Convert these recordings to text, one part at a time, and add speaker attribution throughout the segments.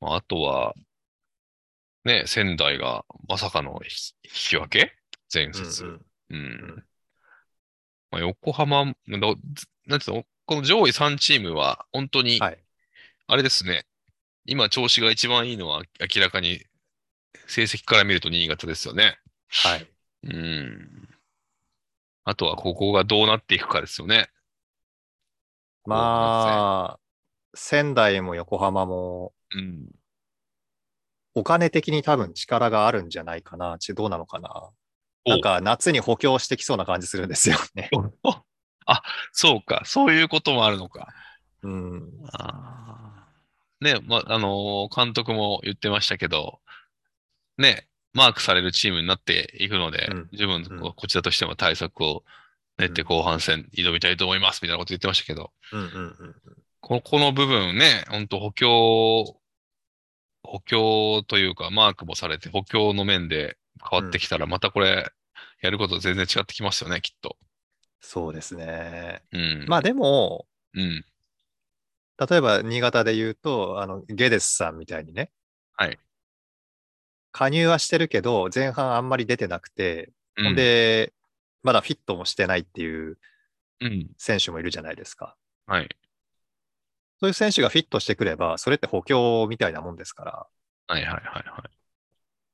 Speaker 1: まああとは、ね、仙台がまさかの引き引き分け前節。
Speaker 2: うんうん
Speaker 1: うんまあ、横浜も、どなんていうの、この上位3チームは、本当に、
Speaker 2: はい
Speaker 1: あれですね、今調子が一番いいのは明らかに、成績から見ると新潟ですよね。
Speaker 2: はい。
Speaker 1: うん。あとは、ここがどうなっていくかですよね。
Speaker 2: まあ、仙台も横浜も、
Speaker 1: うん。
Speaker 2: お金的に多分力があるんじゃないかな。ちどうなのかな。
Speaker 1: お
Speaker 2: なんか夏に補強してきそうな感じするんですよね。
Speaker 1: あ、そうか。そういうこともあるのか。
Speaker 2: うん。
Speaker 1: あーね、ま、あのー監督も言ってましたけど、ね、マークされるチームになっていくので、
Speaker 2: うん
Speaker 1: 十分
Speaker 2: うん
Speaker 1: ここちらとしても対策を練って
Speaker 2: うん
Speaker 1: 後半戦挑みたいと思いますみたいなこと言ってましたけど、
Speaker 2: うんうんうん。
Speaker 1: ここの部分ね、本当補強、補強というか、マークもされて、補強の面で変わってきたら、またこれ、やること全然違ってきますよね、きっと。
Speaker 2: そうですね。
Speaker 1: うん。
Speaker 2: まあでも、
Speaker 1: うん。
Speaker 2: 例えば新潟で言うと、あの、ゲデスさんみたいにね。
Speaker 1: はい。
Speaker 2: 加入はしてるけど、前半あんまり出てなくて、
Speaker 1: うん
Speaker 2: ほんで、まだフィットもしてないっていう
Speaker 1: うん。
Speaker 2: 選手もいるじゃないですか。
Speaker 1: はい。
Speaker 2: そういう選手がフィットしてくれば、それって補強みたいなもんですから、だか
Speaker 1: はいはいはいはい。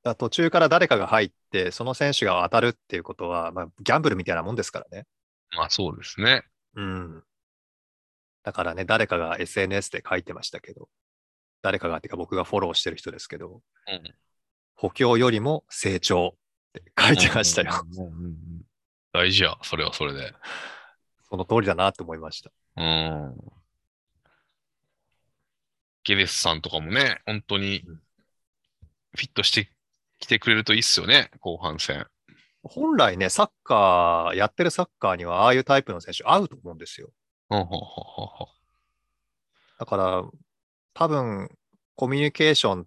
Speaker 2: ら途中から誰かが入って、その選手が当たるっていうことは、まあ、ギャンブルみたいなもんですからね。
Speaker 1: まあそうですね。
Speaker 2: うん。だからね、誰かが SNS で書いてましたけど、誰かがっていうか僕がフォローしてる人ですけど、
Speaker 1: うん
Speaker 2: 補強よりも成長って書いてましたよ。
Speaker 1: うんうんうんうん。大事や、それはそれで。
Speaker 2: その通りだなと思いました。
Speaker 1: うん。ゲレスさんとかもね、本当に
Speaker 2: うん
Speaker 1: フィットしてきてくれるといいっすよね、後半戦。
Speaker 2: 本来ね、サッカー、やってるサッカーにはああいうタイプの選手合うと思うんですよ。
Speaker 1: ほうほうほうほうほ
Speaker 2: だから、多分、コミュニケーション、ん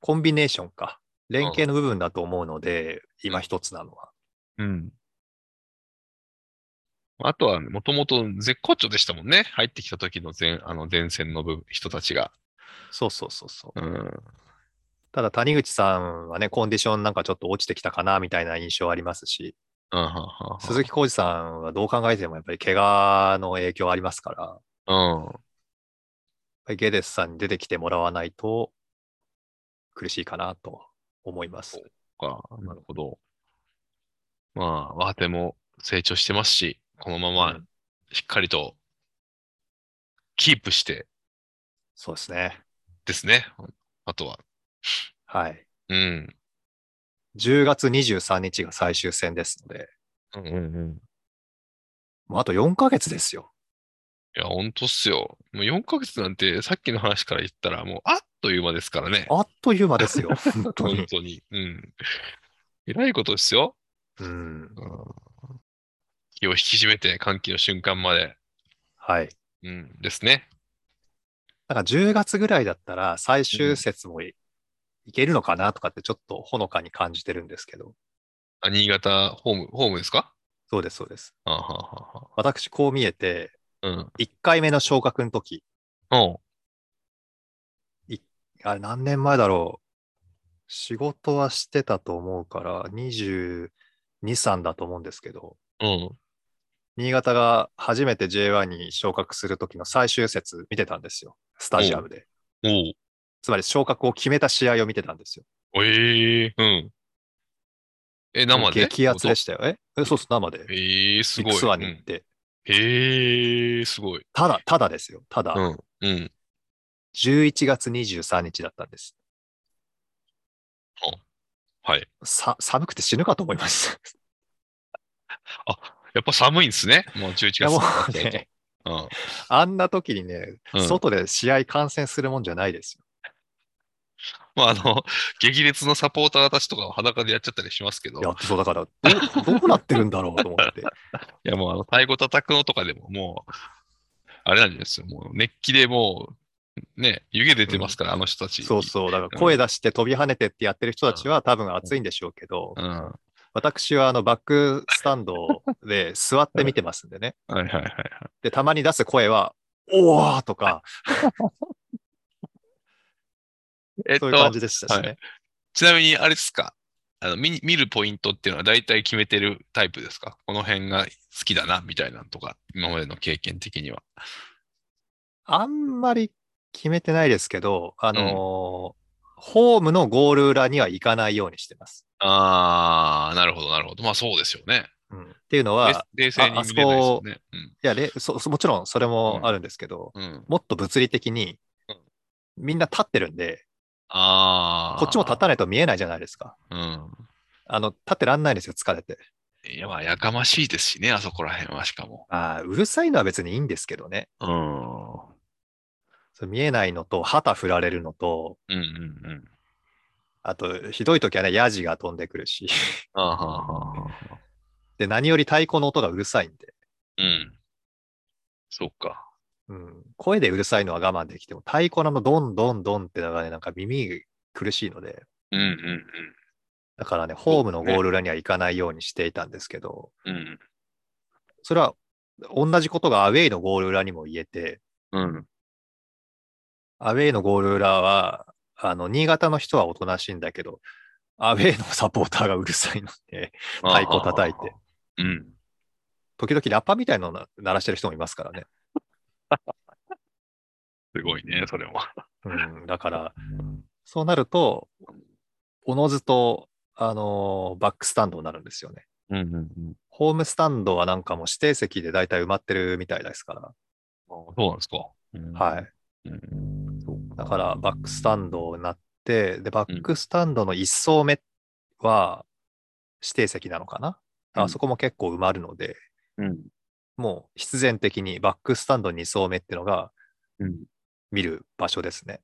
Speaker 2: コンビネーションか。連携の部分だと思うので、今一つなのは。
Speaker 1: う。うん。あとは、もともと絶好調でしたもんね。入ってきた時の前、あの前線の部分人たちが。
Speaker 2: そうそうそうそう。
Speaker 1: うん。
Speaker 2: ただ、谷口さんはね、コンディションなんかちょっと落ちてきたかな、みたいな印象ありますし、
Speaker 1: うん、はんはんはん
Speaker 2: 鈴木浩二さんはどう考えてもやっぱり怪我の影響ありますから、やっ
Speaker 1: うん。
Speaker 2: ぱりゲデスさんに出てきてもらわないと、苦しいかなと思います。
Speaker 1: か、なるほど。まあ、若手も成長してますし、このま
Speaker 2: う
Speaker 1: ま
Speaker 2: ん
Speaker 1: しっかりとキープして
Speaker 2: そうですね。
Speaker 1: ですね。あとは。
Speaker 2: はい。
Speaker 1: うん。
Speaker 2: 10月23日が最終戦ですので、
Speaker 1: うんうんうん。
Speaker 2: もうあと4ヶ月ですよ。
Speaker 1: いや、ほんとっすよ。もう4ヶ月なんて、さっきの話から言ったら、もうあっという間ですからね。
Speaker 2: あっという間 ですよ、本当
Speaker 1: 本
Speaker 2: に。
Speaker 1: 当に。うん。えらいことですよ。
Speaker 2: うん。
Speaker 1: うん気を引き締めて、歓喜の瞬間まで。
Speaker 2: はい。
Speaker 1: うん。ですね。
Speaker 2: なんか10月ぐらいだったら最終節もい,、けるのかなとかってちょっとほのかに感じてるんですけど。
Speaker 1: あ、新潟、ホーム、ホームですか
Speaker 2: そうです、そうです。
Speaker 1: あはは
Speaker 2: 私、こう見えて、
Speaker 1: は。うん。
Speaker 2: 1回目の昇格の時、
Speaker 1: うん。
Speaker 2: あれ何年前だろう。仕事はしてたと思うから、22、3だと思うんですけど、
Speaker 1: うん。
Speaker 2: 新潟が初めて J1 に昇格する時の最終節見てたんですよ。スタジアムで。
Speaker 1: お
Speaker 2: つまり昇格を決めた試合を見てたんですよ。
Speaker 1: お。ええうん。え、生で
Speaker 2: 激アツで
Speaker 1: し
Speaker 2: したよ。ええそうっす、生で。
Speaker 1: ええすごい。
Speaker 2: ビッグスワンに
Speaker 1: う
Speaker 2: 行っ
Speaker 1: ん
Speaker 2: て、
Speaker 1: ええすごい。
Speaker 2: ただ、ただですよ。ただ、
Speaker 1: うん。うん。
Speaker 2: 11月23日だったんです。
Speaker 1: はい。
Speaker 2: さ、寒くて死ぬかと思います。
Speaker 1: やっぱ寒いんですね。もう11
Speaker 2: いやもう
Speaker 1: 月。
Speaker 2: ね、
Speaker 1: うん。
Speaker 2: あんな時にね、
Speaker 1: うん
Speaker 2: 外で試合観戦するもんじゃないですよ。
Speaker 1: まあ、あの、激烈のサポーターたちとかは裸でやっちゃったりしますけど、い
Speaker 2: いや、そうだから、どう、どうなってるんだろうと思って。
Speaker 1: や、もう、あの、太鼓叩くのとかでも、もう、あれなんですよ。もう、熱気でもう、ね、湯気出てますから、あの人たち。
Speaker 2: そうそう。だから声出して飛び跳ねてってやってる人たちは多分暑いんでしょうけど、
Speaker 1: うん。は
Speaker 2: 私はあのバックスタンドで座って見てますんでね。
Speaker 1: いはいはい。
Speaker 2: で、たまに出す声は、おーとか、
Speaker 1: えっ
Speaker 2: そういう感
Speaker 1: と、
Speaker 2: じでしたしね。
Speaker 1: ちなみにあれですかあの見、見るポイントっていうのは大体決めてるタイプですかこの辺が好きだな、みたいなのとか、今までの経験的には。
Speaker 2: あんまり決めてないですけど、あのーホームのゴール裏には行かないようにしてます。
Speaker 1: あー、なるほど、なるほど。まあそうですよね。
Speaker 2: うん、っていうのは、
Speaker 1: 冷冷静に見れないですよね。
Speaker 2: いやれそ、そもちろんそれもあるんですけど、
Speaker 1: うん。うん。
Speaker 2: もっと物理的に
Speaker 1: うん、
Speaker 2: みんな立ってるんで、
Speaker 1: あー。
Speaker 2: こっちも立たないと見えないじゃないですか。
Speaker 1: うん。
Speaker 2: あの、立ってらんないんですよ、疲れて。
Speaker 1: いや、まあ、やかましいですしね、あそこら辺はしかも。
Speaker 2: ああ、うるさいのは別にいいんですけどね。
Speaker 1: うん。
Speaker 2: それ見えないのと、旗振られるのと、
Speaker 1: うんうんうん。
Speaker 2: あと、ひどい時はね、ヤジが飛んでくるし。
Speaker 1: あーはーはーはー
Speaker 2: で、何より太鼓の音がうるさいんで。
Speaker 1: うん。そっか。
Speaker 2: うん、声でうるさいのは我慢できても、太鼓のあのドンドンドンってのがね、なんか耳苦しいので、
Speaker 1: うんうん
Speaker 2: だからね、ホームのゴール裏には行かないようにしていたんですけど、
Speaker 1: うん。
Speaker 2: それは同じことがアウェイのゴール裏にも言えて、
Speaker 1: うん。うん。
Speaker 2: アウェイのゴール裏は、あの、新潟の人はおとなしいんだけど、アウェイのサポーターがうるさいので、太鼓叩いて。
Speaker 1: うん。
Speaker 2: 時々ラッパみたいなのな鳴らしてる人もいますからね。
Speaker 1: すごいね、それも。
Speaker 2: うん、だから、そうなると、おのずと、あのーバックスタンドになるんですよね。
Speaker 1: うんうんうん。
Speaker 2: ホームスタンドはなんかもう指定席で大体埋まってるみたいですか
Speaker 1: そうなんですか。
Speaker 2: ら、はい。。
Speaker 1: うん、そう
Speaker 2: だからバックスタンドになって、で、バックスタンドの1層目は指定席なのかな、
Speaker 1: うん
Speaker 2: あそこも結構埋まるので、
Speaker 1: うん。
Speaker 2: もう必然的にバックスタンド2層目ってのが
Speaker 1: うん。
Speaker 2: 見る場所ですね。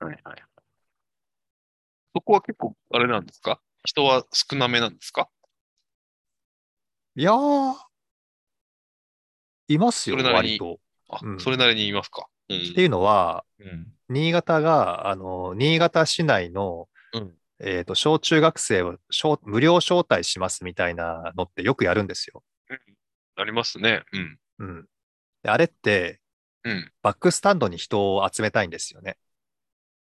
Speaker 1: はいはい。そこは結構、あれなんですか人は少なめなんですか
Speaker 2: いやー、いますよ、
Speaker 1: それなり
Speaker 2: 割
Speaker 1: に
Speaker 2: と。
Speaker 1: あ、
Speaker 2: うん
Speaker 1: それなりにいますか。うん。
Speaker 2: っていうのは、
Speaker 1: うん。
Speaker 2: 新潟が、あの、新潟市内の、
Speaker 1: うん。
Speaker 2: えー、と小中学生を招無料招待しますみたいなのってよくやるんですよ。
Speaker 1: ありますね。うん。
Speaker 2: うん、であれって
Speaker 1: うん。
Speaker 2: バックスタンドに人を集めたいんですよね。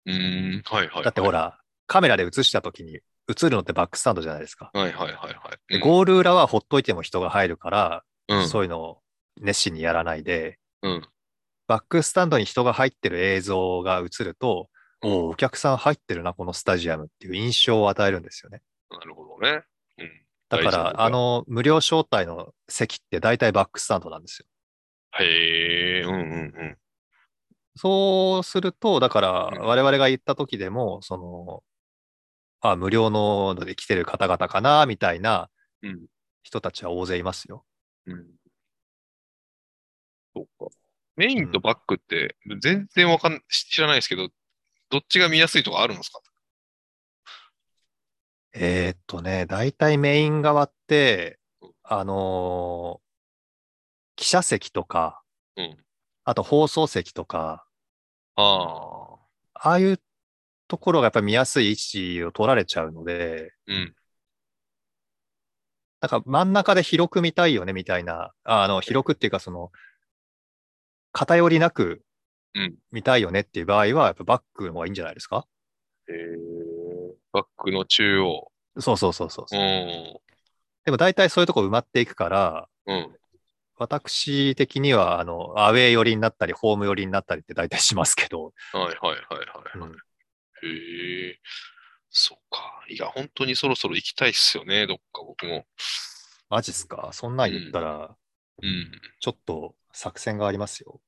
Speaker 1: うーん。はいはいはい。
Speaker 2: だってほ。ら、カメラで映した時に映るのってバックスタンドじゃないですか。
Speaker 1: はいはいはいはい。
Speaker 2: でゴール裏はほっといても人が入るから、
Speaker 1: うん、
Speaker 2: そういうのを熱心にやらないで、
Speaker 1: うん。
Speaker 2: バックスタンドに人が入ってる映像が映ると、
Speaker 1: うん
Speaker 2: おうお客さん入ってるな、このスタジアムっていう印象を与えるんですよね。
Speaker 1: なるほどね。うん。
Speaker 2: だ
Speaker 1: 大事
Speaker 2: か
Speaker 1: なこ
Speaker 2: ら、
Speaker 1: とだ
Speaker 2: あの、無料招待の席って大体バックスタンドなんですよ
Speaker 1: へえ、うんうんうん。
Speaker 2: そうすると、だから、
Speaker 1: うん
Speaker 2: 我々が行った時でも、その、あ、無料ので来てる方々かな、みたいな
Speaker 1: うん
Speaker 2: 人たちは大勢いますよ。
Speaker 1: うん。そうか。メインとバックって、全然わかん、知らないですけど、どっちが見やすいとかあるんですか
Speaker 2: えーっとね、大体メイン側って、あのー記者席とか、
Speaker 1: うん
Speaker 2: あと放送席とか、
Speaker 1: ああ。
Speaker 2: ああいうところがやっぱり見やすい位置を取られちゃうので、
Speaker 1: うん。
Speaker 2: なんか真ん中で広く見たいよねみたいな、あの広くっていうか、その、偏りなく
Speaker 1: うん
Speaker 2: 見たいよねっていう場合は、やっぱバックの方がいいんじゃないですか
Speaker 1: えバックの中央。
Speaker 2: そうそうそうそう。
Speaker 1: う。
Speaker 2: うんでも大体そういうとこ埋まっていくから、
Speaker 1: うん。
Speaker 2: 私的には、あの、アウェー寄りになったり、ホーム寄りになったりって大体しますけど、
Speaker 1: はいはいはいはい。へえ。そっか。いや、本当にそろそろ行きたいっすよね、どっか僕も。
Speaker 2: マジっすかそんなん言ったら、
Speaker 1: うん。
Speaker 2: ちょっと作戦がありますよ。